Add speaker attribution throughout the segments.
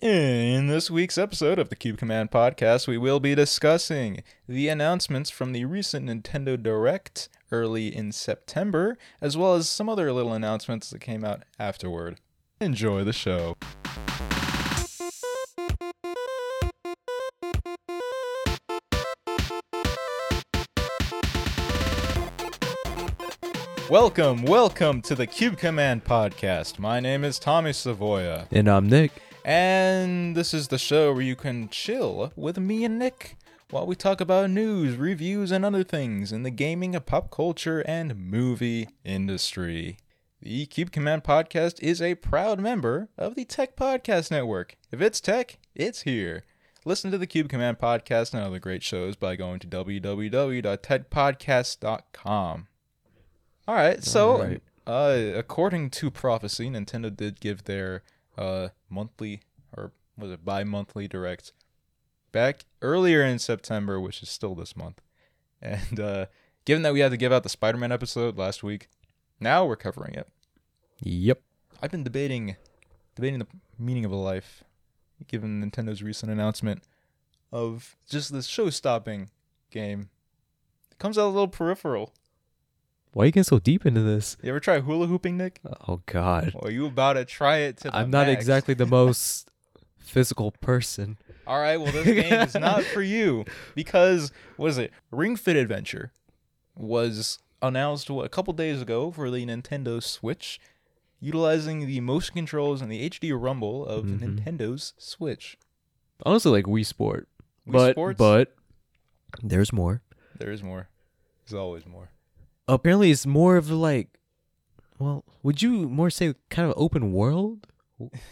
Speaker 1: In this week's episode of the Cube Command podcast, we will be discussing the announcements from the recent Nintendo Direct early in September, as well as some other little announcements that came out afterward. Enjoy the show. Welcome, welcome to the Cube Command podcast. My name is Tommy Savoya.
Speaker 2: And I'm Nick.
Speaker 1: And this is the show where you can chill with me and Nick while we talk about news, reviews, and other things in the gaming, pop culture, and movie industry. The Cube Command podcast is a proud member of the Tech Podcast Network. If it's tech, it's here. Listen to the Cube Command podcast and other great shows by going to www.techpodcast.com. All right, so
Speaker 2: right.
Speaker 1: Uh, according to prophecy, Nintendo did give their uh, monthly or was it bi-monthly direct back earlier in September, which is still this month. And uh, given that we had to give out the Spider-Man episode last week, now we're covering it.
Speaker 2: Yep.
Speaker 1: I've been debating debating the meaning of a life, given Nintendo's recent announcement of just this show-stopping game. It comes out a little peripheral.
Speaker 2: Why are you getting so deep into this?
Speaker 1: You ever try hula hooping, Nick?
Speaker 2: Oh God.
Speaker 1: Well, you about to try it to the
Speaker 2: I'm not
Speaker 1: max.
Speaker 2: exactly the most physical person.
Speaker 1: All right, well, this game is not for you because what is it? Ring Fit Adventure was announced what, a couple days ago for the Nintendo Switch, utilizing the motion controls and the HD rumble of
Speaker 2: Mhm.
Speaker 1: Nintendo's Switch.
Speaker 2: Honestly, like Wii Sport.
Speaker 1: Wii
Speaker 2: but
Speaker 1: Sports?
Speaker 2: but there's more.
Speaker 1: There is more. There's always more.
Speaker 2: Apparently, it's more of like, well, would you more say kind of open world?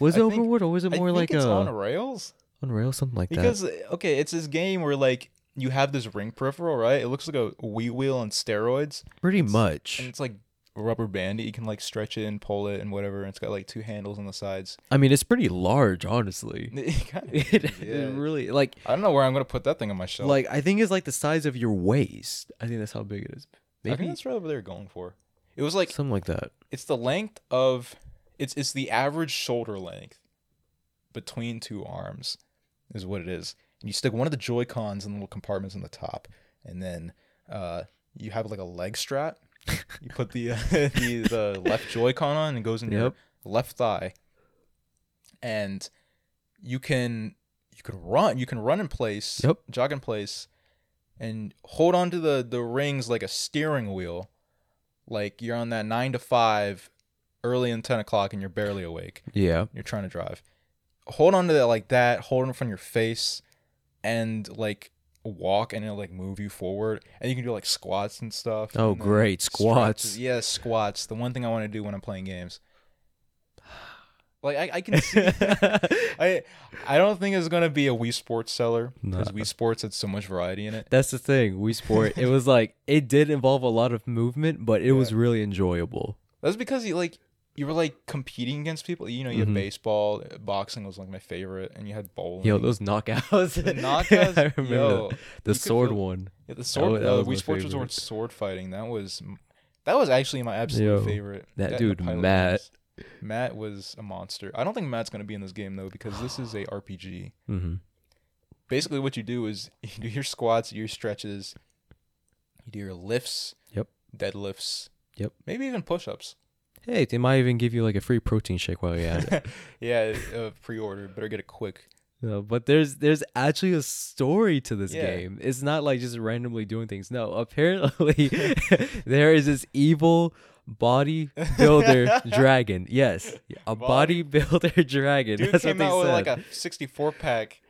Speaker 2: Was it
Speaker 1: I
Speaker 2: open
Speaker 1: think-
Speaker 2: world or was it
Speaker 1: I
Speaker 2: more
Speaker 1: think
Speaker 2: like
Speaker 1: it's
Speaker 2: a
Speaker 1: on rails
Speaker 2: on rail something like
Speaker 1: because
Speaker 2: that?
Speaker 1: okay, it's this game where like you have this ring peripheral, right? It looks like a Wii wheel on steroids.
Speaker 2: Pretty
Speaker 1: and
Speaker 2: much.
Speaker 1: it's like rubber bandy. You can like stretch it and pull it and whatever. And it's got like two handles on the sides.
Speaker 2: I mean, it's pretty large, honestly.
Speaker 1: It kinda-
Speaker 2: It,
Speaker 1: Yeah.
Speaker 2: it really like
Speaker 1: I don't know where I'm gonna put that thing on my shelf.
Speaker 2: like I think it's like the size of your waist. I think that's how big it is.
Speaker 1: I think
Speaker 2: Maybe
Speaker 1: that's what they were going for. It was like
Speaker 2: something like that.
Speaker 1: it's the length of it's it's the average shoulder length between two arms is what it is. And you stick one of the Joy Cons in the little compartments on the top, and then uh, you have like a leg strap. you put the uh, the, the left Joy Con on and it goes in your
Speaker 2: Yep.
Speaker 1: left thigh, and you can you can run you can run in place,
Speaker 2: Yep.
Speaker 1: jog in place, and hold on to the the rings like a steering wheel, like you're on that nine to five, early in ten o'clock, and you're barely awake.
Speaker 2: Yeah.
Speaker 1: You're trying to drive. Hold on to that like that. Hold it in front of your face, and like walk, and it'll like move you forward. And you can do like squats and stuff.
Speaker 2: Oh,
Speaker 1: and then
Speaker 2: great. Squats.
Speaker 1: stretches. Yeah, squats. The one thing I want to do when I'm playing games. Like I, I can see. I I don't think it's gonna be a Wii Sports seller because
Speaker 2: Nah.
Speaker 1: Wii Sports had so much variety in it.
Speaker 2: That's the thing. Wii Sport. It was like it did involve a lot of movement, but it was really enjoyable.
Speaker 1: That's because you like you were like competing against people. You know, you
Speaker 2: Mhm.
Speaker 1: had baseball, boxing was like my favorite, and you had bowling.
Speaker 2: Yo, those knockouts.
Speaker 1: the knockouts.
Speaker 2: I remember
Speaker 1: yo,
Speaker 2: that.
Speaker 1: you
Speaker 2: the
Speaker 1: could
Speaker 2: sword
Speaker 1: feel-
Speaker 2: one.
Speaker 1: yeah, the sword.
Speaker 2: that
Speaker 1: uh,
Speaker 2: was my
Speaker 1: Wii Sports
Speaker 2: favorite.
Speaker 1: Resort sword fighting. That was that was actually my absolute
Speaker 2: Yo,
Speaker 1: favorite.
Speaker 2: that
Speaker 1: and the
Speaker 2: dude,
Speaker 1: pilot
Speaker 2: Matt.
Speaker 1: games. Matt was a monster. I don't think Matt's gonna be in this game though because this is a RPG.
Speaker 2: Mm-hmm.
Speaker 1: Basically, what you do is you do your squats, your stretches, you do your lifts.
Speaker 2: Yep.
Speaker 1: Deadlifts.
Speaker 2: Yep.
Speaker 1: Maybe even push-ups.
Speaker 2: Hey, they might even give you like a free protein shake while you're at it.
Speaker 1: yeah, uh, pre-order. Better get it quick.
Speaker 2: No, but there's there's actually a story to this
Speaker 1: Yeah.
Speaker 2: game. It's not like just randomly doing things. No, apparently there is this evil bodybuilder dragon. Yes, a
Speaker 1: Body-
Speaker 2: bodybuilder dragon.
Speaker 1: Dude
Speaker 2: That's what
Speaker 1: came
Speaker 2: they
Speaker 1: out with like
Speaker 2: said.
Speaker 1: a 64 pack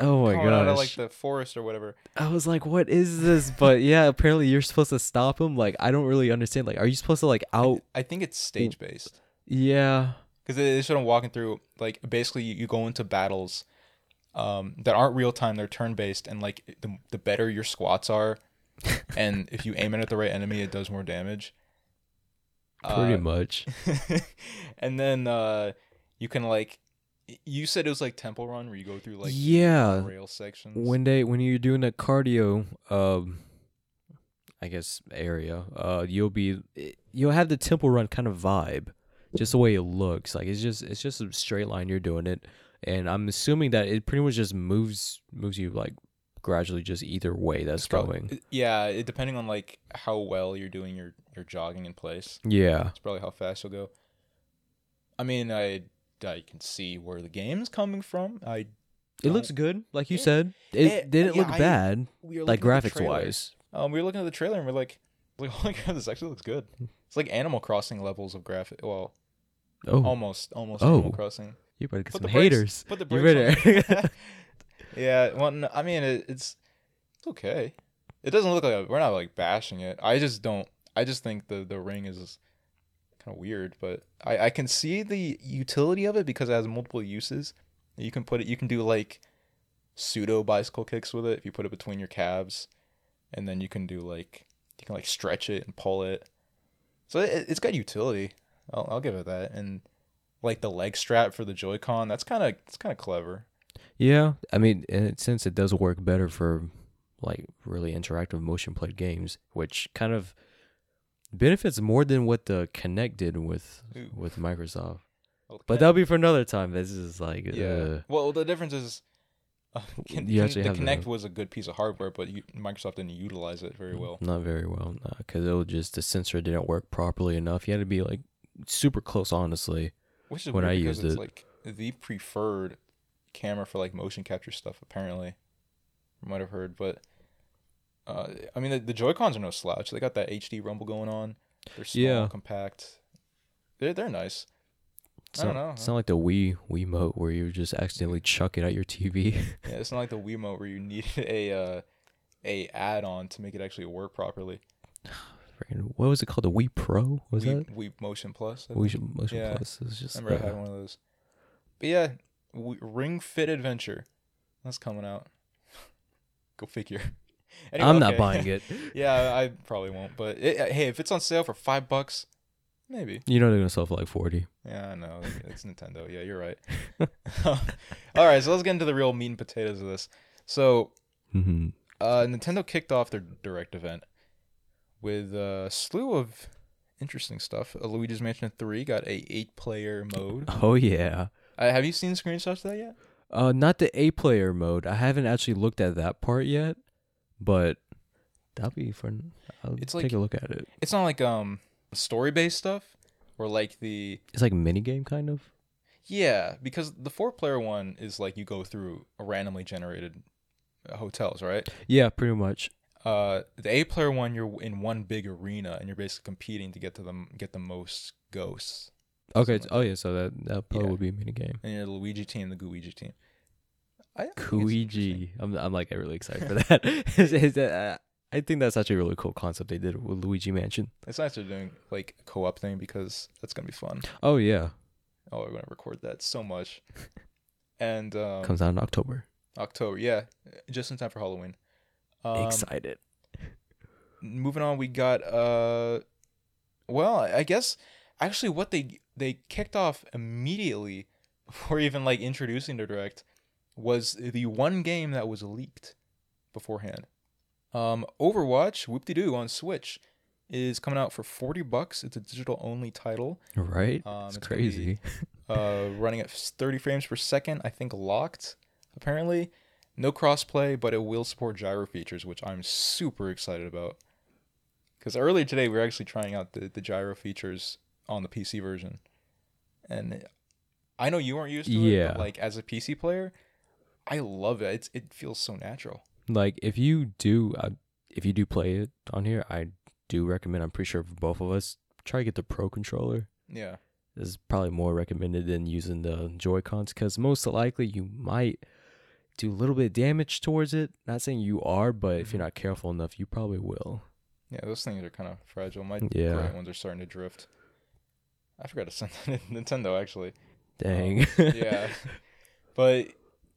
Speaker 2: oh my
Speaker 1: coming out of like
Speaker 2: gosh!
Speaker 1: the forest or whatever.
Speaker 2: I was like, what is this? But yeah, apparently you're supposed to stop him. Like I don't really understand. Like, are you supposed to like out?
Speaker 1: I think it's stage based
Speaker 2: Yeah.
Speaker 1: because they showed him walking through like basically you, you go into battles um, that aren't real time. They're turn based and like the, the better your squats are, and if you aim it at the right enemy, it does more damage.
Speaker 2: Pretty
Speaker 1: Uh,
Speaker 2: much.
Speaker 1: and then uh, you can like y- you said it was like Temple Run where you go through like
Speaker 2: yeah.
Speaker 1: rail sections.
Speaker 2: One day when you're doing a cardio, um, I guess area, uh, you'll be it- you'll have the temple run kind of vibe, just the way it looks. Like it's just it's just a straight line. You're doing it, and I'm assuming that it pretty much just moves moves you like gradually just either way that's
Speaker 1: prob-
Speaker 2: going.
Speaker 1: Yeah, it, depending on like how well you're doing your your jogging in place,
Speaker 2: Yeah.
Speaker 1: it's probably how fast you'll go. I mean, I I can see where the game's coming from. I
Speaker 2: It
Speaker 1: Don't-
Speaker 2: looks good, like you
Speaker 1: It-
Speaker 2: said. It,
Speaker 1: it-
Speaker 2: didn't
Speaker 1: yeah,
Speaker 2: look
Speaker 1: I-
Speaker 2: bad,
Speaker 1: we were
Speaker 2: like
Speaker 1: looking at the
Speaker 2: graphics
Speaker 1: trailer.
Speaker 2: wise.
Speaker 1: Um, we were looking at the trailer and we're like, like oh my god, this actually looks good. It's like Animal Crossing levels of graphic. Well,
Speaker 2: Oh,
Speaker 1: almost, almost
Speaker 2: Oh.
Speaker 1: Animal Crossing.
Speaker 2: you better get
Speaker 1: Put
Speaker 2: some
Speaker 1: the brakes-
Speaker 2: haters.
Speaker 1: Put the
Speaker 2: You
Speaker 1: brakes on
Speaker 2: better.
Speaker 1: it. yeah, well, no, I mean, it, it's it's okay. It doesn't look like we're not like bashing it. I just don't. I just think the the ring is kind of weird, but I I can see the utility of it because it has multiple uses. You can put it. You can do like pseudo bicycle kicks with it if you put it between your calves, and then you can do like you can like stretch it and pull it. So it, it's got utility. I'll, I'll give it that. And like the leg strap for the Joy-Con, that's kind of it's kind of clever.
Speaker 2: Yeah, I mean, and it, since it does work better for like really interactive motion played games, which kind of benefits more than what the Kinect did with
Speaker 1: Ooh.
Speaker 2: with Microsoft.
Speaker 1: Well, the
Speaker 2: But that'll be for another time. This is like, uh,
Speaker 1: Kinect-
Speaker 2: yeah,
Speaker 1: yeah. Well, the difference is. Uh, can,
Speaker 2: You
Speaker 1: can-
Speaker 2: actually
Speaker 1: the
Speaker 2: have the-
Speaker 1: Kinect was a good piece of hardware, but you, Microsoft didn't utilize it very well.
Speaker 2: not very well, because it was just the sensor didn't work properly enough. You had to be like super close, honestly.
Speaker 1: Which is
Speaker 2: When
Speaker 1: weird
Speaker 2: I
Speaker 1: because
Speaker 2: used
Speaker 1: it's
Speaker 2: it-
Speaker 1: like the preferred camera for like motion capture stuff, apparently. You might have heard, but uh, I mean, the, the Joy Cons are no slouch. They got that HD rumble going on. They're small,
Speaker 2: Yeah.
Speaker 1: compact. They're they're nice.
Speaker 2: It's
Speaker 1: I
Speaker 2: not,
Speaker 1: don't know.
Speaker 2: It's not like the Wii Wiimote where you just accidentally chuck it at your TV.
Speaker 1: Yeah, it's not like the Wiimote where you need a uh, a add on to make it actually work properly.
Speaker 2: Freaking- what was it called? The Wii Pro? Was
Speaker 1: Wii,
Speaker 2: that?
Speaker 1: Wii Motion Plus. I think.
Speaker 2: Wii Motion
Speaker 1: Yeah.
Speaker 2: Plus. It was just.
Speaker 1: I remember I
Speaker 2: uh,
Speaker 1: had one of those. But yeah, w- Ring Fit Adventure. That's coming out. Go figure. Anyway,
Speaker 2: I'm not
Speaker 1: okay.
Speaker 2: buying it.
Speaker 1: yeah, I probably won't. But it, uh, hey, if it's on sale for five bucks, maybe.
Speaker 2: You know they're gonna sell for like forty.
Speaker 1: Yeah, I know. It's Nintendo. Yeah, you're right. All right, so let's get into the real meat and potatoes of this. So
Speaker 2: Mm-hmm.
Speaker 1: Uh, Nintendo kicked off their direct event with a slew of interesting stuff. Uh, Luigi's Mansion 3 got a eight-player mode.
Speaker 2: Oh yeah.
Speaker 1: Uh, have you seen screenshots of that yet?
Speaker 2: Uh, not the A player mode. I haven't actually looked at that part yet, but that'll be fun. I'll
Speaker 1: It's
Speaker 2: take
Speaker 1: like-
Speaker 2: a look at it.
Speaker 1: It's not like um story-based stuff or like the
Speaker 2: It's like mini game kind of.
Speaker 1: yeah, because the four-player one is like you go through randomly generated uh, hotels, right?
Speaker 2: Yeah, pretty much.
Speaker 1: Uh, the eight-player one, you're in one big arena and you're basically competing to get to the get the most ghosts.
Speaker 2: Okay.
Speaker 1: Something
Speaker 2: Oh yeah. So that that probably
Speaker 1: Yeah.
Speaker 2: would be a mini game.
Speaker 1: And you're the Luigi team, the Gooigi team. I think it's interesting.
Speaker 2: Kuiji. I'm I'm like really excited for that. It's- it's, uh, I think that's actually a really cool concept they did with Luigi Mansion.
Speaker 1: It's nice they're doing like a co-op thing because that's gonna be fun.
Speaker 2: Oh yeah,
Speaker 1: Oh, we're gonna record that so much. And um,
Speaker 2: comes out in October.
Speaker 1: October, yeah, just in time for Halloween. Um,
Speaker 2: excited.
Speaker 1: moving on, we got uh, well, I I guess actually what they they kicked off immediately before even like introducing the direct was the one game that was leaked beforehand. Um, Overwatch, whoop de doo on Switch, is coming out for forty bucks. It's a digital only title.
Speaker 2: Right.
Speaker 1: Um,
Speaker 2: it's
Speaker 1: it's gonna be-
Speaker 2: crazy.
Speaker 1: uh, running at 30 frames per second. I think locked, apparently. No crossplay, but it will support gyro features, which I'm super excited about. Because earlier today, we were actually trying out the, the gyro features on the PC version. And I know you weren't used to it,
Speaker 2: Yeah.
Speaker 1: but like as a PC player, I love it. It's, it feels so natural.
Speaker 2: like if you do uh, if you do play it on here i do recommend i'm pretty sure for both of us try to get the pro controller
Speaker 1: Yeah.
Speaker 2: this is probably more recommended than using the joy cons because most likely you might do a little bit of damage towards it not saying you are but if you're
Speaker 1: Mm-hmm.
Speaker 2: not careful enough you probably will
Speaker 1: Oh, Yeah, those things are kind of fragile. My
Speaker 2: Yeah.
Speaker 1: yeah. ones are starting to drift. I forgot to send that to Nintendo, actually.
Speaker 2: dang
Speaker 1: yeah. But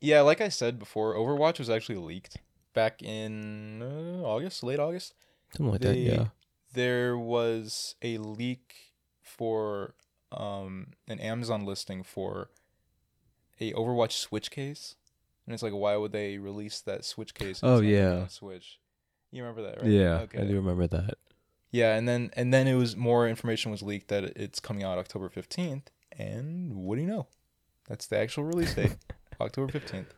Speaker 1: yeah, like I said before, Overwatch was actually leaked back in uh, August, late August.
Speaker 2: something like that
Speaker 1: They-
Speaker 2: yeah
Speaker 1: There was a leak for um an Amazon listing for a Overwatch Switch case. And it's like why would they release that Switch case? if
Speaker 2: Oh,
Speaker 1: it's not gonna be
Speaker 2: yeah.
Speaker 1: on Switch. You remember that, right?
Speaker 2: yeah i
Speaker 1: Okay.
Speaker 2: do remember that
Speaker 1: Yeah, and then and then it was more information was leaked that it's coming out October 15th, and what do you know? That's the actual release date. October 15th.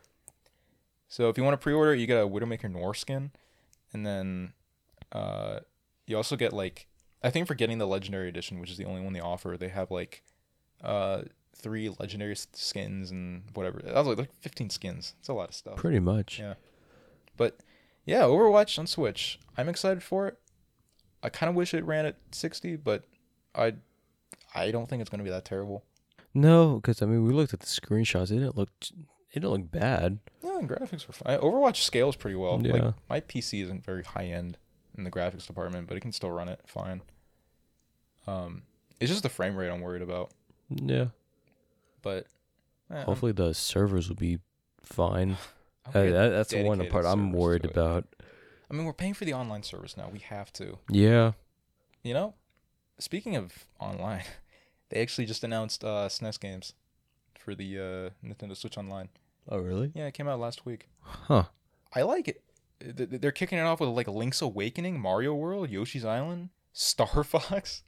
Speaker 1: So if you want to pre-order, it, you get a Widowmaker Noir skin, and then uh, you also get like I think for getting the Legendary Edition, which is the only one they offer, they have like uh, three Legendary s- skins and whatever. I was like, like 15 skins. It's a lot of stuff.
Speaker 2: Pretty much.
Speaker 1: Yeah. But yeah, Overwatch on Switch. I'm excited for it. I kind of wish it ran at 60, but I I don't think it's going to be that terrible.
Speaker 2: No, because I mean, we looked at the screenshots. It didn't look. It didn't look bad.
Speaker 1: Yeah, and graphics were fine. Overwatch scales pretty well.
Speaker 2: Yeah.
Speaker 1: Like my PC isn't very high end in the graphics department, but it can still run it fine. Um it's just the frame rate I'm worried about,
Speaker 2: Yeah.
Speaker 1: but eh, I'm-
Speaker 2: Hopefully the servers will be fine.
Speaker 1: I'm
Speaker 2: Hey,
Speaker 1: good.
Speaker 2: that, that's the one
Speaker 1: dedicated
Speaker 2: part I'm
Speaker 1: servers to
Speaker 2: worried
Speaker 1: it.
Speaker 2: about.
Speaker 1: I mean, we're paying for the online service now. We have to.
Speaker 2: Yeah.
Speaker 1: You know, speaking of online, they actually just announced uh, SNES games for the uh, Nintendo Switch Online.
Speaker 2: Oh really?
Speaker 1: Yeah, it came out last week.
Speaker 2: Huh.
Speaker 1: I like it. Th- th- They're kicking it off with like Link's Awakening, Mario World, Yoshi's Island, Star Fox,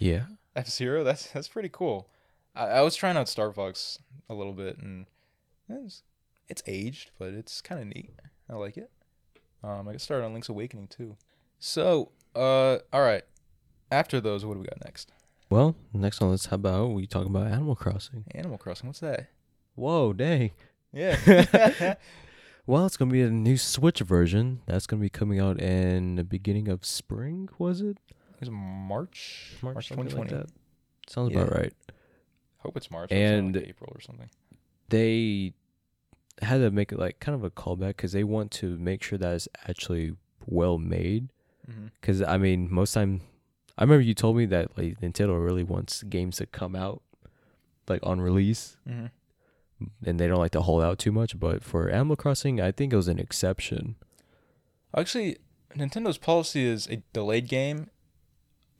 Speaker 2: Yeah.
Speaker 1: F Zero. That's that's pretty cool. I, I was trying out Star Fox a little bit, and it's it's aged, but it's kind of neat. I like it. Um, I got started on Link's Awakening too. So, uh, all right. After those, what do we got next?
Speaker 2: Well, next one. Let's how about we talk about Animal Crossing?
Speaker 1: Animal Crossing. What's that?
Speaker 2: Whoa, dang.
Speaker 1: Yeah.
Speaker 2: Well, it's gonna be a new Switch version. That's gonna be coming out in the beginning of spring. Was it
Speaker 1: it's March.
Speaker 2: something like that? Sounds about
Speaker 1: Yeah.
Speaker 2: right.
Speaker 1: Hope it's March. or it's not
Speaker 2: And-
Speaker 1: like April or something.
Speaker 2: They had to make it like kind of a callback because they want to make sure that it's actually well made.
Speaker 1: hmm
Speaker 2: Because I mean, most time, I remember you told me that like Nintendo really wants games to come out like on release,
Speaker 1: hmm
Speaker 2: and they don't like to hold out too much. But for Animal Crossing, I think it was an exception.
Speaker 1: Actually, Nintendo's policy is a delayed game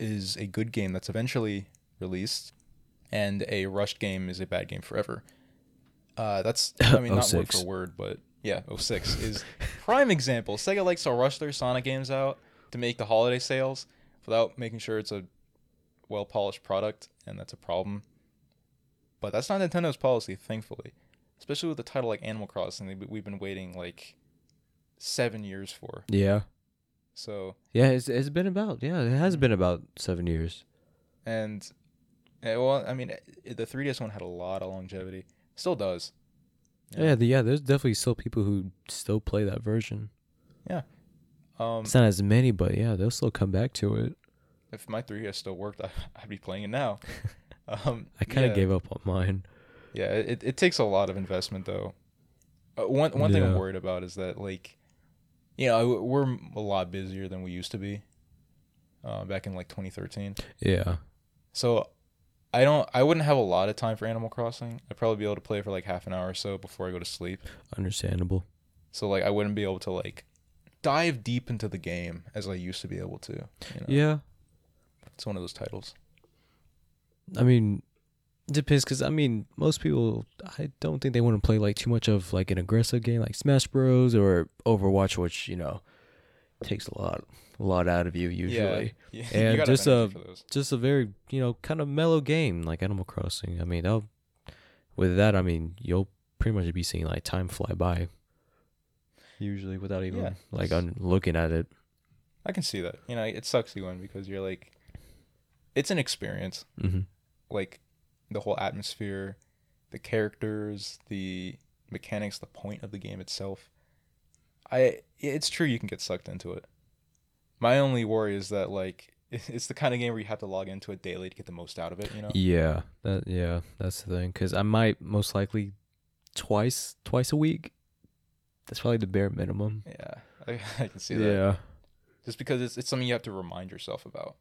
Speaker 1: is a good game that's eventually released, and a rushed game is a bad game forever. Uh, that's I mean not word
Speaker 2: 06.
Speaker 1: for word, but yeah, 06 is prime example. Sega likes to rush their Sonic games out to make the holiday sales without making sure it's a well polished product, and that's a problem. But that's not Nintendo's policy, thankfully. Especially with a title like Animal Crossing, that we've been waiting like seven years for.
Speaker 2: Yeah.
Speaker 1: So
Speaker 2: Yeah, it's it's been about yeah, it has been about seven years.
Speaker 1: and eh, well, I mean, eh, the 3DS one had a lot of longevity. Still does. Yeah.
Speaker 2: Yeah, the, yeah. There's definitely still people who still play that version.
Speaker 1: Um,
Speaker 2: It's not as many, but yeah, they'll still come back to it.
Speaker 1: if my 3DS still worked, I, I'd be playing it now. Um,
Speaker 2: I kind of
Speaker 1: yeah.
Speaker 2: gave up on mine.
Speaker 1: Yeah, it, it takes a lot of investment though. Uh, one one thing I'm
Speaker 2: Yeah.
Speaker 1: worried about is that like, you know, we're a lot busier than we used to be. Uh, back in like 2013.
Speaker 2: Yeah,
Speaker 1: So I don't I wouldn't have a lot of time for Animal Crossing. I'd probably be able to play for like half an hour or so before I go to sleep.
Speaker 2: understandable.
Speaker 1: So like I wouldn't be able to like dive deep into the game as I used to be able to. You know?
Speaker 2: Yeah,
Speaker 1: It's one of those titles.
Speaker 2: I mean, depends because I mean, most people I don't think they want to play like too much of like an aggressive game like Smash Bros or Overwatch, which you know takes a lot, a lot out of you usually.
Speaker 1: Yeah. You
Speaker 2: And
Speaker 1: gotta have
Speaker 2: just,
Speaker 1: energy
Speaker 2: uh,
Speaker 1: for those.
Speaker 2: just a very you know kind of mellow game like Animal Crossing. I mean, I'll, with that, I mean you'll pretty much be seeing like time fly by. Usually, without even
Speaker 1: Yeah.
Speaker 2: like un- looking at it.
Speaker 1: I can see that. You know, it sucks you in because you're like it's an experience.
Speaker 2: Mm-hmm.
Speaker 1: Like the whole atmosphere, the characters, the mechanics, the point of the game itself. I it's true you can get sucked into it. My only worry is that like it's the kind of game where you have to log into it daily to get the most out of it, you know?
Speaker 2: Yeah, that yeah, that's the thing. Because I might most likely twice twice a week. That's probably the bare minimum.
Speaker 1: Yeah. I, I can see that. just because it's, it's something you have to remind yourself about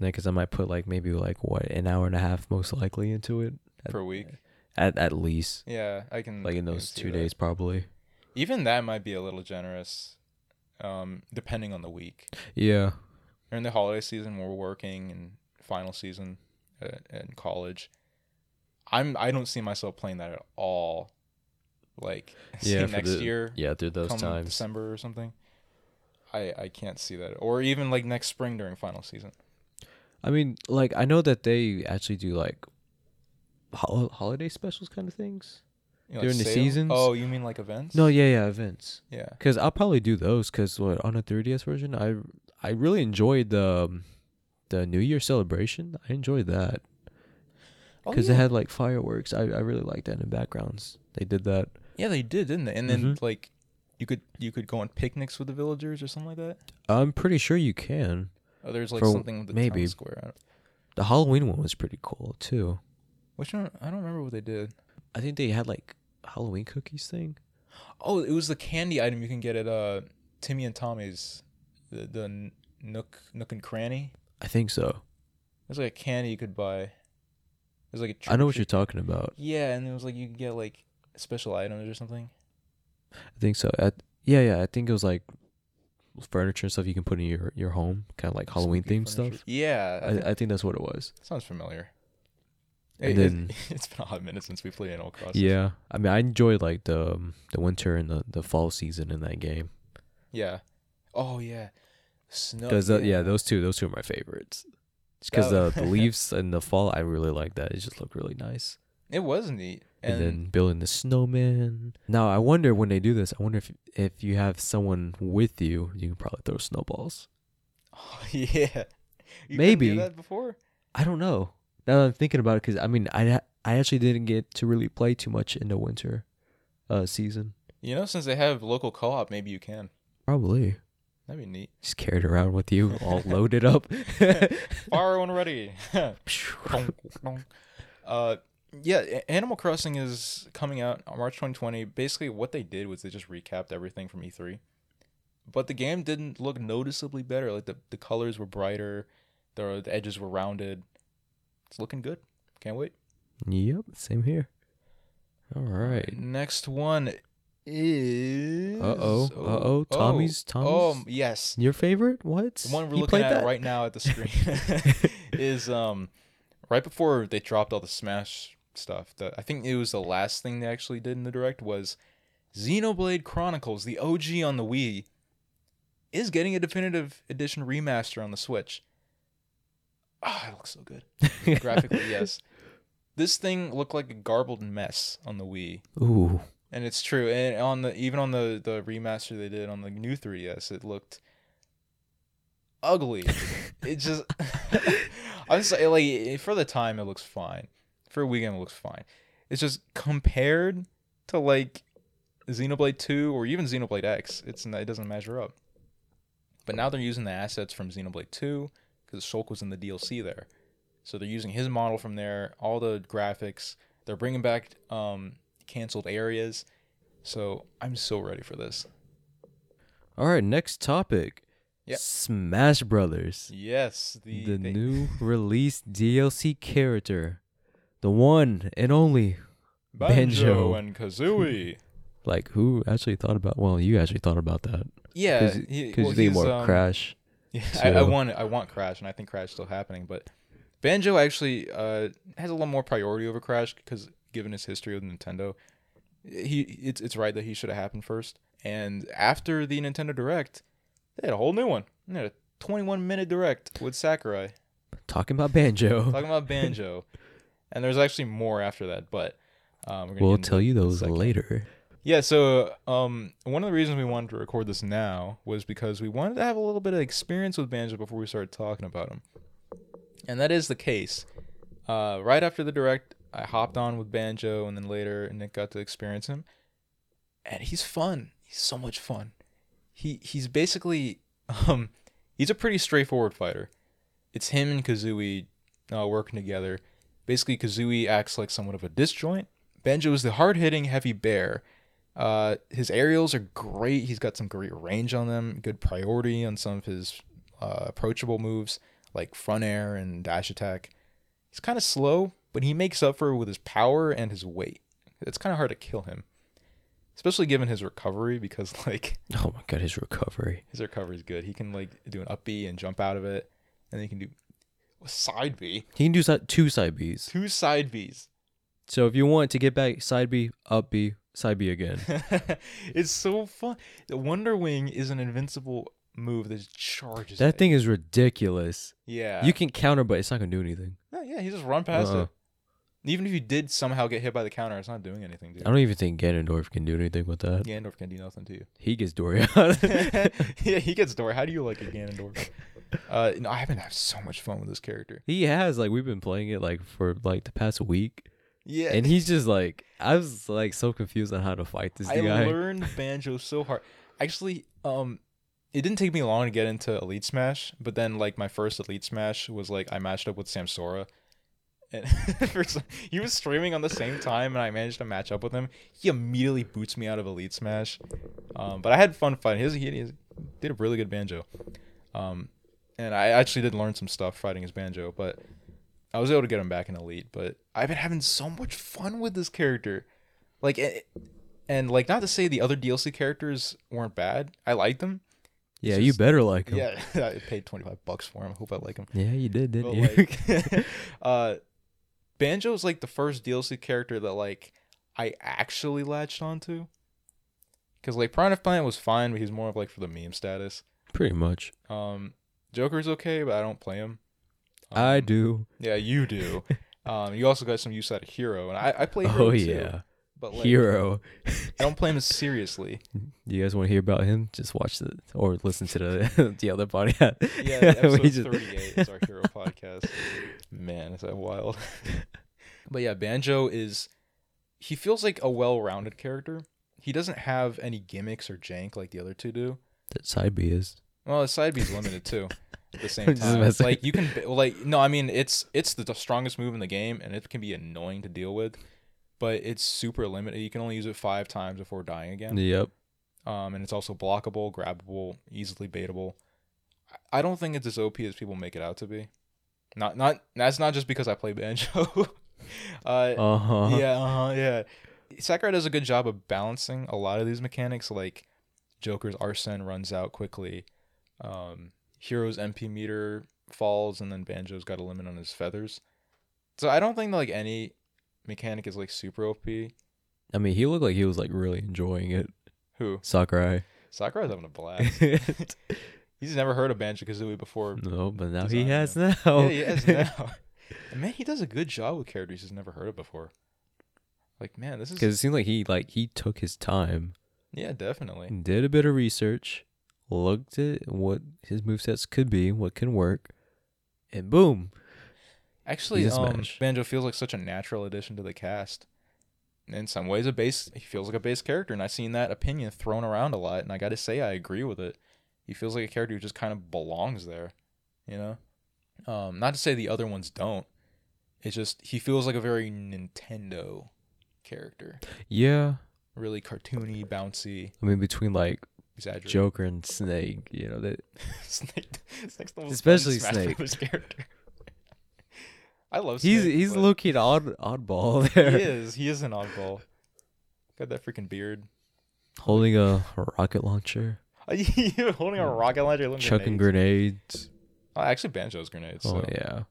Speaker 2: because I might put like maybe like what an hour and a half most likely into it That-
Speaker 1: per week.
Speaker 2: at at least
Speaker 1: Yeah, I can
Speaker 2: like
Speaker 1: I
Speaker 2: in
Speaker 1: can
Speaker 2: those
Speaker 1: see
Speaker 2: two
Speaker 1: that.
Speaker 2: days probably.
Speaker 1: Even that might be a little generous, um, depending on the week.
Speaker 2: Yeah,
Speaker 1: During the holiday season, we're working and final season uh, in college. I'm I don't see myself playing that at all. Like see
Speaker 2: Yeah, for
Speaker 1: next
Speaker 2: the-
Speaker 1: year,
Speaker 2: yeah, through those
Speaker 1: come
Speaker 2: times.
Speaker 1: December or something. I I can't see that, or even like next spring during final season.
Speaker 2: I mean, like I know that they actually do like hol- holiday specials kind of things.
Speaker 1: You know,
Speaker 2: During the
Speaker 1: sale-
Speaker 2: seasons?
Speaker 1: Oh, you mean like events?
Speaker 2: No, yeah, yeah, events.
Speaker 1: Yeah.
Speaker 2: Because I'll probably do those. Because what on the 3ds version, I I really enjoyed the um, the New Year celebration. I enjoyed that
Speaker 1: Oh,
Speaker 2: because
Speaker 1: yeah.
Speaker 2: it had like fireworks. I I really liked that in the backgrounds. They did that.
Speaker 1: Yeah, they did, didn't they? And then
Speaker 2: Mhm.
Speaker 1: like you could you could go on picnics with the villagers or something like that.
Speaker 2: I'm pretty sure you can.
Speaker 1: Oh, there's like
Speaker 2: For-
Speaker 1: something with the
Speaker 2: maybe.
Speaker 1: town square. I don't,
Speaker 2: The Halloween one was pretty cool too.
Speaker 1: which one? I don't remember what they did.
Speaker 2: I think they had like Halloween cookies thing.
Speaker 1: Oh, it was the candy item you can get at uh Timmy and Tommy's, the, the n- Nook Nook and Cranny.
Speaker 2: I think so.
Speaker 1: There's like a candy you could buy. There's like a
Speaker 2: I know what
Speaker 1: trick
Speaker 2: you're
Speaker 1: or
Speaker 2: talking about.
Speaker 1: treat- Yeah, and it was like you could get like special items or something.
Speaker 2: I think so. At, yeah, yeah. I think it was like furniture and stuff you can put in your your home, kind of like Halloween
Speaker 1: Spooky
Speaker 2: themed
Speaker 1: furniture.
Speaker 2: stuff.
Speaker 1: Yeah, I think-
Speaker 2: I, I think that's what it was.
Speaker 1: sounds familiar.
Speaker 2: And
Speaker 1: It- it-
Speaker 2: then-
Speaker 1: it's been a hot minute since we played Animal Crossing.
Speaker 2: Yeah, I mean, I enjoyed like the um, the winter and the, the fall season in that game
Speaker 1: Yeah. Oh yeah. Snow.
Speaker 2: because uh, yeah. those two those two are my favorites. Because
Speaker 1: Oh.
Speaker 2: the, the leaves and the fall, I really like that. It just looked really nice.
Speaker 1: it was neat.
Speaker 2: And,
Speaker 1: And,
Speaker 2: then building the snowman. Now I wonder when they do this. I wonder if if you have someone with you, you can probably throw snowballs.
Speaker 1: oh, yeah. You couldn't do
Speaker 2: Maybe.
Speaker 1: that before.
Speaker 2: I don't know. Now that I'm thinking about it, because I mean, I ha- I actually didn't get to really play too much in the winter uh, season.
Speaker 1: You know, since they have local co-op, maybe you can.
Speaker 2: Probably
Speaker 1: That'd be neat.
Speaker 2: just carried around with you, all loaded up.
Speaker 1: Fire when ready. Donk, donk. uh, yeah, A- Animal Crossing is coming out on March 2020. Basically, what they did was they just recapped everything from E3, but the game didn't look noticeably better. Like the, the colors were brighter, the, the edges were rounded. It's looking good. Can't wait.
Speaker 2: Yep, same here. All right.
Speaker 1: Next one is
Speaker 2: Uh oh. Uh oh. Tommy's. Tommy's.
Speaker 1: Oh yes,
Speaker 2: your favorite? What?
Speaker 1: the one we're
Speaker 2: He
Speaker 1: looking
Speaker 2: played
Speaker 1: at
Speaker 2: that?
Speaker 1: right now at the screen is um right before they dropped all the Smash stuff. The, I think it was the last thing they actually did in the direct was Xenoblade Chronicles, the OG on the Wii, is getting a definitive edition remaster on the Switch. Ah, it looks so good graphically. yes, this thing looked like a garbled mess on the Wii.
Speaker 2: Ooh.
Speaker 1: And it's true. And on the even on the the remaster they did on the new 3DS, it looked ugly. it just I'm saying like it- for the time it looks fine. For a weekend it looks fine. It's just compared to like Xenoblade 2 or even Xenoblade X, it's n- it doesn't measure up. But now they're using the assets from Xenoblade 2 cuz Shulk was in the DLC there. So they're using his model from there, all the graphics. They're bringing back um canceled areas. So I'm so ready for this.
Speaker 2: All right. Next topic.
Speaker 1: Yep.
Speaker 2: Smash Brothers.
Speaker 1: Yes, the,
Speaker 2: The,
Speaker 1: they-
Speaker 2: new release DLC character, the one and only. Banjo.
Speaker 1: and Kazooie.
Speaker 2: Like who actually thought about? Well, you actually thought about that
Speaker 1: yeah,
Speaker 2: because
Speaker 1: he-
Speaker 2: you
Speaker 1: well,
Speaker 2: think
Speaker 1: he's,
Speaker 2: more
Speaker 1: um,
Speaker 2: Crash.
Speaker 1: Yeah, I, I
Speaker 2: So-
Speaker 1: want I want Crash, and I think Crash is still happening. But Banjo actually uh, has a little more priority over Crash because, given his history with Nintendo, he it's it's right that he should have happened first. And after the Nintendo Direct, they had a whole new one. They had a 21 minute Direct with Sakurai.
Speaker 2: Talking about banjo.
Speaker 1: talking about banjo and there's actually more after that but um, we're gonna get
Speaker 2: we'll
Speaker 1: into
Speaker 2: tell
Speaker 1: it
Speaker 2: you
Speaker 1: in a
Speaker 2: those
Speaker 1: second.
Speaker 2: later.
Speaker 1: yeah so um, one of the reasons we wanted to record this now was because we wanted to have a little bit of experience with banjo before we started talking about him and that is the case uh, right after the direct i hopped on with banjo and then later nick got to experience him and he's fun he's so much fun he he's basically um he's a pretty straightforward fighter it's him and kazooie uh, working together basically kazooie acts like somewhat of a disjoint banjo is the hard-hitting heavy bear uh his aerials are great he's got some great range on them good priority on some of his uh, approachable moves like front air and dash attack he's kind of slow but he makes up for it with his power and his weight it's kind of hard to kill him especially given his recovery because like
Speaker 2: Oh my god, his recovery.
Speaker 1: his recovery is good. He can like do an up B and jump out of it, and then he can do a side B,
Speaker 2: He can do si- two side Bs.
Speaker 1: two side Bs.
Speaker 2: So if you want to get back, side B, up B, side B again.
Speaker 1: it's so fun. The Wonder Wing is an invincible move that just charges.
Speaker 2: that
Speaker 1: it.
Speaker 2: thing is ridiculous.
Speaker 1: yeah,
Speaker 2: You can counter, but it's not gonna do anything.
Speaker 1: No, yeah, he just run past
Speaker 2: Uh-uh.
Speaker 1: it. Even if you did somehow get hit by the counter, it's not doing anything, dude.
Speaker 2: I don't even think Ganondorf can do anything with that.
Speaker 1: Ganondorf can do nothing to you.
Speaker 2: He gets Dorian.
Speaker 1: yeah, he gets Dora. How do you like it, Ganondorf? Uh, no, I've been having so much fun with this character.
Speaker 2: he has like we've been playing it like for like the past week,
Speaker 1: Yeah,
Speaker 2: and he's just like I was like so confused on how to fight this
Speaker 1: I
Speaker 2: guy.
Speaker 1: learned banjo so hard. Actually, um, it didn't take me long to get into Elite Smash, but then like my first Elite Smash was like I matched up with Samsora, and for some, he was streaming on the same time, and I managed to match up with him. He immediately boots me out of Elite Smash, um, but I had fun fighting. His he, he did a really good banjo, um, and I actually did learn some stuff fighting his banjo, but. I was able to get him back in Elite, but I've been having so much fun with this character. Like, it, and like not to say the other DLC characters weren't bad. I liked them.
Speaker 2: yeah,
Speaker 1: it's
Speaker 2: you
Speaker 1: just-
Speaker 2: better like him. Yeah,
Speaker 1: Yeah, I paid twenty five bucks for them. I hope I like them.
Speaker 2: you did,
Speaker 1: But
Speaker 2: didn't you?
Speaker 1: like, uh, Banjo's like the first DLC character that like I actually latched onto. Because like Prime of Plant was fine, but he's more of like for the meme status.
Speaker 2: Pretty much.
Speaker 1: Um, Joker's okay, but I don't play him.
Speaker 2: I
Speaker 1: Um,
Speaker 2: do.
Speaker 1: Yeah, you do. um, you also got some use out of Hero, and I I play Hero
Speaker 2: Oh
Speaker 1: too,
Speaker 2: yeah,
Speaker 1: but like,
Speaker 2: hero.
Speaker 1: I don't play him seriously.
Speaker 2: You guys want to hear about him? Just watch the or listen to the the other podcast.
Speaker 1: Yeah, episode
Speaker 2: We just-
Speaker 1: 38 is our hero podcast. Man, is that wild. but yeah, Banjo is he feels like a well-rounded character. He doesn't have any gimmicks or jank like the other two do.
Speaker 2: That side B is.
Speaker 1: Well, his side B's limited too. At the same
Speaker 2: I'm just
Speaker 1: time,
Speaker 2: messing.
Speaker 1: like you can well, like no, I mean it's it's the strongest move in the game, and it can be annoying to deal with, but it's super limited. You can only use it five times before dying again
Speaker 2: Yep.
Speaker 1: um, and it's also blockable, grabbable, easily baitable. I- I don't think it's as OP as people make it out to be. Not not that's not just because I play banjo. uh,
Speaker 2: Uh huh.
Speaker 1: yeah, uh-huh, yeah. Sakurai does a good job of balancing a lot of these mechanics, like Joker's arson runs out quickly, um, Hero's MP meter falls, and then Banjo's got a limit on his feathers. So I don't think like any mechanic is like super OP.
Speaker 2: I mean, he looked like he was like really enjoying it.
Speaker 1: Who
Speaker 2: Sakurai.
Speaker 1: Sakurai's having a blast.
Speaker 2: no,
Speaker 1: He's never heard of Banjo Kazooie before.
Speaker 2: but now he
Speaker 1: Design,
Speaker 2: has
Speaker 1: Yeah,
Speaker 2: now.
Speaker 1: he is now. And man, he does a good job with characters he's never heard of before. Like, man, this
Speaker 2: Because
Speaker 1: is
Speaker 2: it seemed like he like he took his time,
Speaker 1: yeah, definitely.
Speaker 2: and did a bit of research, looked at what his movesets could be, what can work, and boom.
Speaker 1: Actually,
Speaker 2: He's a
Speaker 1: um,
Speaker 2: smash.
Speaker 1: Banjo feels like such a natural addition to the cast. In some ways, a base he feels like a base character, and I've seen that opinion thrown around a lot. And I got to say, I agree with it. He feels like a character who just kind of belongs there, you know. Um, not to say the other ones don't. It's just he feels like a very Nintendo character,
Speaker 2: Yeah.
Speaker 1: really cartoony, bouncy,
Speaker 2: I mean, between like
Speaker 1: exaggerated.
Speaker 2: Joker and Snake, you know that
Speaker 1: Snake, Snake's the most
Speaker 2: Especially
Speaker 1: Smash
Speaker 2: Snake.
Speaker 1: Brothers character. I love.
Speaker 2: he's
Speaker 1: Snake,
Speaker 2: he's
Speaker 1: but
Speaker 2: looking odd oddball
Speaker 1: He
Speaker 2: there,
Speaker 1: is. He is an oddball. Got that freaking beard.
Speaker 2: holding a rocket launcher,
Speaker 1: You're holding a rocket launcher, looking
Speaker 2: chucking
Speaker 1: grenades.
Speaker 2: grenades.
Speaker 1: Oh, actually, Banjo's grenades.
Speaker 2: Oh
Speaker 1: so-
Speaker 2: yeah,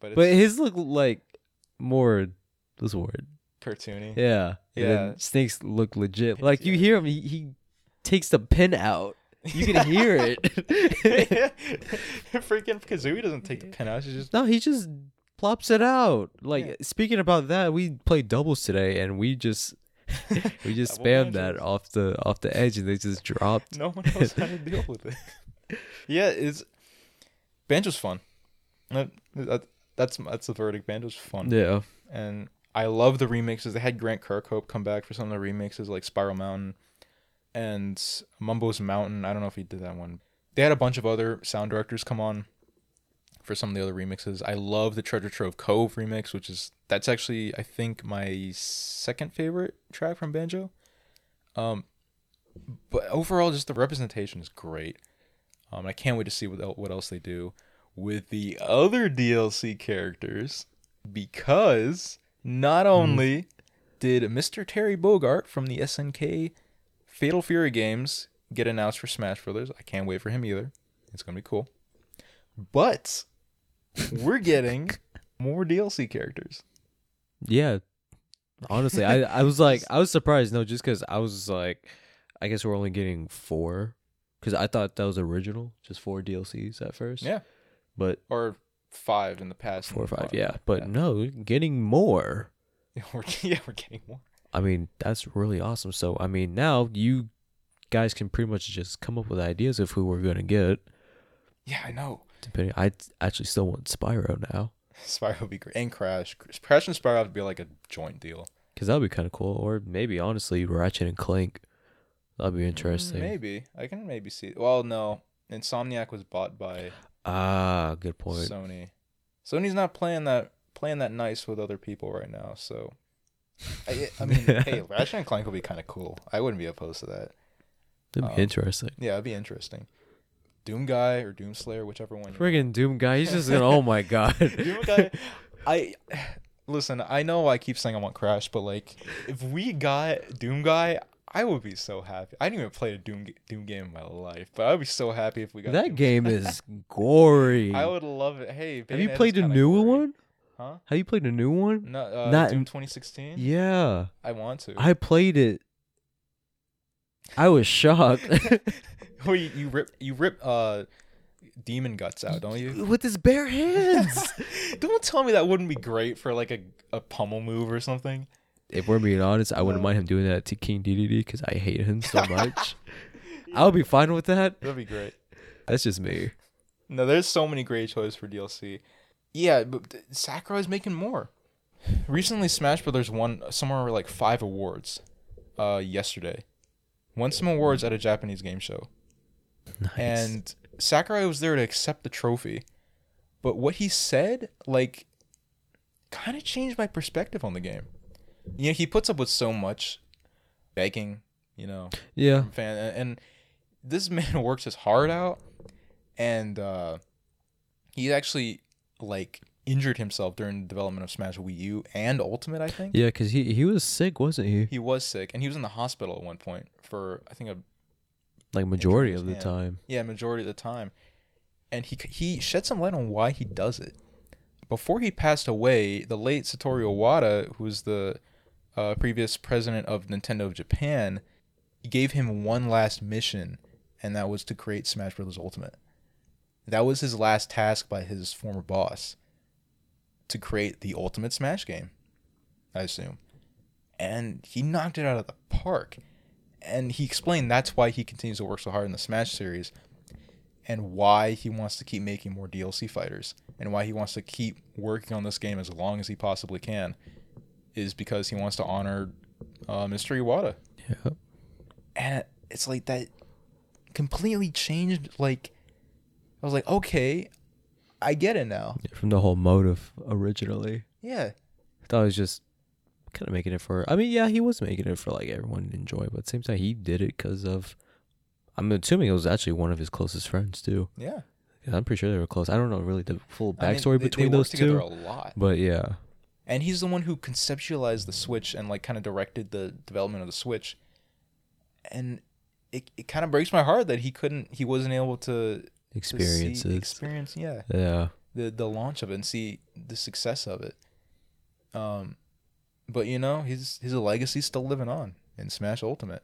Speaker 1: but it's
Speaker 2: but his look like more. What's the word?
Speaker 1: cartoony.
Speaker 2: Yeah. And then
Speaker 1: Yeah.
Speaker 2: snakes look legit.
Speaker 1: It's-
Speaker 2: Like you
Speaker 1: yeah.
Speaker 2: hear him, he, he takes the pin out. You can hear it.
Speaker 1: freaking Kazooie doesn't take the pin out. She just
Speaker 2: no, he just plops it out. Like
Speaker 1: Yeah.
Speaker 2: speaking about that, we played doubles today and we just we just
Speaker 1: Double matches.
Speaker 2: spammed that off the off the edge and they just dropped.
Speaker 1: no one knows how to deal with it. yeah, it's Banjo's fun. That, that- that's that's the verdict. Banjo's fun.
Speaker 2: Yeah.
Speaker 1: and I love the remixes. They had Grant Kirkhope come back for some of the remixes, like Spiral Mountain and Mumbo's Mountain. I don't know if he did that one. They had a bunch of other sound directors come on for some of the other remixes. I love the Treasure Trove Cove remix, which is that's actually I think my second favorite track from Banjo. Um, but overall, just the representation is great. Um, I can't wait to see what el- what else they do with the other DLC characters because not only did Mr. Terry Bogart from the SNK Fatal Fury games get announced for Smash Brothers, I can't wait for him either. It's gonna be cool. But we're getting more DLC characters.
Speaker 2: Yeah. Honestly, I, I was like I was surprised, no, just because I was like I guess we're only getting four. Because I thought that was original, just four DLCs at first.
Speaker 1: Yeah.
Speaker 2: But
Speaker 1: Or five in the past.
Speaker 2: four or
Speaker 1: and
Speaker 2: five, yeah. But
Speaker 1: Yeah.
Speaker 2: no, getting more.
Speaker 1: we're, yeah, we're getting more.
Speaker 2: I mean, that's really awesome. So, I mean, now you guys can pretty much just come up with ideas of who we're going to get.
Speaker 1: Yeah, I know.
Speaker 2: Depending, I actually still want Spyro now
Speaker 1: Spyro would be great, and Crash. Crash and Spyro would be like a joint deal.
Speaker 2: because that would be kind of cool. Or maybe, honestly, Ratchet and Clank. That'd be interesting.
Speaker 1: Mm, Maybe I can maybe see. Well, no, Insomniac was bought by
Speaker 2: Ah, good point.
Speaker 1: Sony. Sony's not playing that playing that nice with other people right now. So, I, I mean, hey, Ratchet and Clank would be kind of cool. I wouldn't be opposed to that.
Speaker 2: That'd be
Speaker 1: um,
Speaker 2: interesting.
Speaker 1: Yeah, it'd be interesting. Doom Guy or Doom Slayer, whichever one. you
Speaker 2: Friggin' Doom guy, he's just gonna. oh my god.
Speaker 1: Doom Guy. I listen. I know I keep saying I want Crash, but like, if we got Doom Guy, I would be so happy. I didn't even play a Doom g- Doom game in my life, but I'd be so happy if we got
Speaker 2: that
Speaker 1: Doom
Speaker 2: game
Speaker 1: Guy.
Speaker 2: is gory.
Speaker 1: I would love it. Hey,
Speaker 2: Have you
Speaker 1: Bayonetta's
Speaker 2: played a
Speaker 1: kinda
Speaker 2: newer
Speaker 1: great.
Speaker 2: one?
Speaker 1: Huh?
Speaker 2: Have you played a new one?
Speaker 1: No, uh,
Speaker 2: Not
Speaker 1: Doom
Speaker 2: in-
Speaker 1: 2016.
Speaker 2: Yeah,
Speaker 1: I want to.
Speaker 2: I played it. I was shocked.
Speaker 1: Well, you, you rip you rip uh, demon guts out, don't you?
Speaker 2: With his bare hands.
Speaker 1: don't tell me that wouldn't be great for like a, a pummel move or something.
Speaker 2: if we're being honest, I wouldn't mind him doing that to King DDD because I hate him so much. I'll be fine with that.
Speaker 1: That'd be great.
Speaker 2: That's just me.
Speaker 1: No, there's so many great choices for DLC. Yeah, but th- Sakurai is making more. Recently, Smash Brothers won somewhere like five awards. Uh, yesterday, won some awards at a Japanese game show,
Speaker 2: Nice.
Speaker 1: and Sakurai was there to accept the trophy. But what he said, like, kind of changed my perspective on the game. You know, he puts up with so much begging. You know,
Speaker 2: yeah,
Speaker 1: from fan and- and this man works his heart out and uh he actually like injured himself during the development of smash wii u and ultimate i think
Speaker 2: yeah, because he he was sick, wasn't he?
Speaker 1: he was sick and he was in the hospital at one point for i think a
Speaker 2: Like majority of the
Speaker 1: yeah.
Speaker 2: time.
Speaker 1: yeah majority of the time and he he shed some light on why he does it before he passed away the late satoru iwata who was the uh, previous president of nintendo of japan gave him one last mission and that was to create smash bros ultimate that was his last task by his former boss to create the ultimate smash game i assume and he knocked it out of the park and he explained that's why he continues to work so hard in the Smash series and why he wants to keep making more DLC fighters and why he wants to keep working on this game as long as he possibly can is because he wants to honor uh, Mr. Iwata.
Speaker 2: Yeah.
Speaker 1: And it's like that completely changed. Like, I was like, okay, I get it now.
Speaker 2: Yeah, from the whole motive originally.
Speaker 1: Yeah.
Speaker 2: I thought it was just kind of making it for. I mean, yeah, he was making it for like everyone to enjoy, but at the same time, he did it because of. I'm assuming it was actually one of his closest friends too.
Speaker 1: Yeah.
Speaker 2: 'Cause I'm pretty sure they were close. I don't know really the full
Speaker 1: I mean,
Speaker 2: backstory
Speaker 1: they- they
Speaker 2: between
Speaker 1: work
Speaker 2: those
Speaker 1: together a
Speaker 2: two,
Speaker 1: lot.
Speaker 2: but yeah,
Speaker 1: and he's the one who conceptualized the switch and like kind of directed the development of the switch and it, it kind of breaks my heart that he couldn't he wasn't able to, to see-
Speaker 2: experiences.
Speaker 1: experience yeah
Speaker 2: Yeah,
Speaker 1: the the launch of it and see the success of it um but you know his his legacy still living on in smash ultimate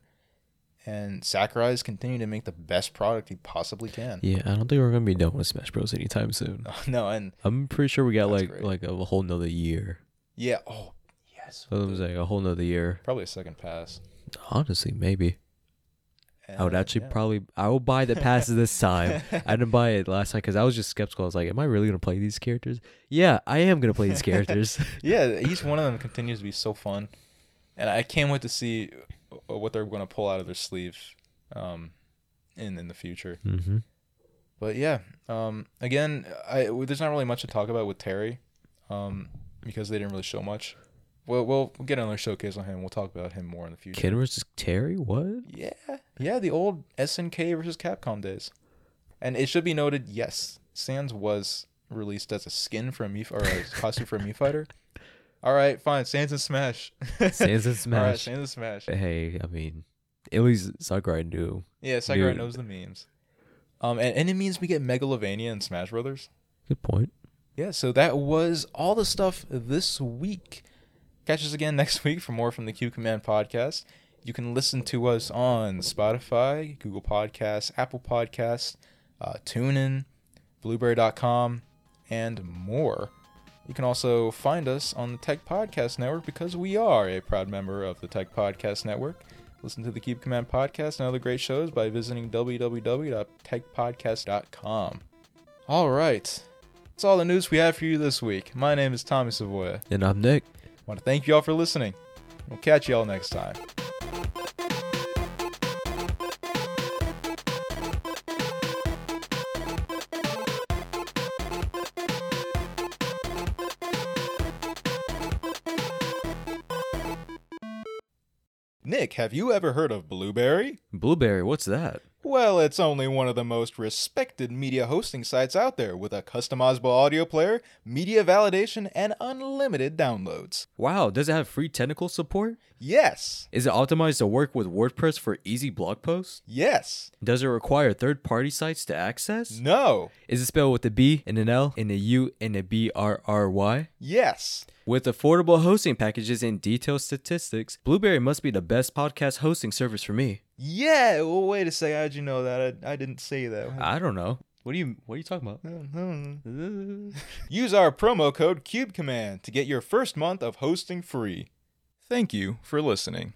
Speaker 1: and sakurai's continuing to make the best product he possibly can
Speaker 2: yeah. I don't think we're gonna be done with Smash Bros anytime soon.
Speaker 1: no and
Speaker 2: I'm pretty sure we got
Speaker 1: That's
Speaker 2: like
Speaker 1: great.
Speaker 2: like a whole nother year.
Speaker 1: yeah oh yes
Speaker 2: That was like a whole nother year.
Speaker 1: probably a second pass
Speaker 2: Honestly, maybe I would
Speaker 1: And,
Speaker 2: actually
Speaker 1: yeah.
Speaker 2: probably I will buy the passes this time. I didn't buy it last time because I was just skeptical. I was like, "Am I really gonna play these characters?" Yeah, I am gonna play these characters.
Speaker 1: yeah, each one of them continues to be so fun, and I can't wait to see uh, what they're going to pull out of their sleeve, um, in in the future.
Speaker 2: mm-hmm.
Speaker 1: But yeah, um, again, I w- there's not really much to talk about with Terry, um, because they didn't really show much. We'll we'll, we'll get another showcase on him. We'll talk about him more in the future.
Speaker 2: Ken versus Terry. What?
Speaker 1: yeah, yeah, the old SNK versus Capcom days, and it should be noted, yes, Sans was released as a skin for a Mii, or a costume for a Mii fighter. All right, fine, Sans and Smash.
Speaker 2: Sans and
Speaker 1: All right,
Speaker 2: Smash.
Speaker 1: Sans and Smash.
Speaker 2: hey, I mean, at least Sakurai knew.
Speaker 1: Yeah, Sakurai
Speaker 2: Dude.
Speaker 1: knows the memes. Um, and, and it means we get Megalovania and Smash Brothers.
Speaker 2: Good point.
Speaker 1: Yeah, so that was all the stuff this week. Catch us again next week for more from the Q Command podcast. You can listen to us on Spotify, Google Podcasts, Apple Podcasts, uh, TuneIn, Blueberry.com, and more. You can also find us on the Tech Podcast Network because we are a proud member of the Tech Podcast Network. Listen to the Keep Command podcast and other great shows by visiting www.techpodcast.com. All right. That's all the news we have for you this week. My name is Tommy Savoya.
Speaker 2: And I'm Nick.
Speaker 1: I want to thank you all for listening. We'll catch you all next time. Nick, have you ever heard of Blueberry?
Speaker 2: Blueberry, what's that?
Speaker 1: Well, it's only one of the most respected media hosting sites out there with a customizable audio player, media validation, and unlimited downloads.
Speaker 2: Wow, does it have free technical support?
Speaker 1: Yes,
Speaker 2: Is it optimized to work with WordPress for easy blog posts?
Speaker 1: yes,
Speaker 2: Does it require third party sites to access?
Speaker 1: no,
Speaker 2: Is it spelled with a B and an L and a U and a B R R Y?
Speaker 1: yes.
Speaker 2: With affordable hosting packages and detailed statistics, Blueberry must be the best podcast hosting service for me.
Speaker 1: Yeah, well, wait a second. How'd you know that? I, I didn't say that. Hmm.
Speaker 2: I don't know. What are you what are you talking about?
Speaker 1: Use our promo code CubeCommand to get your first month of hosting free. Thank you for listening.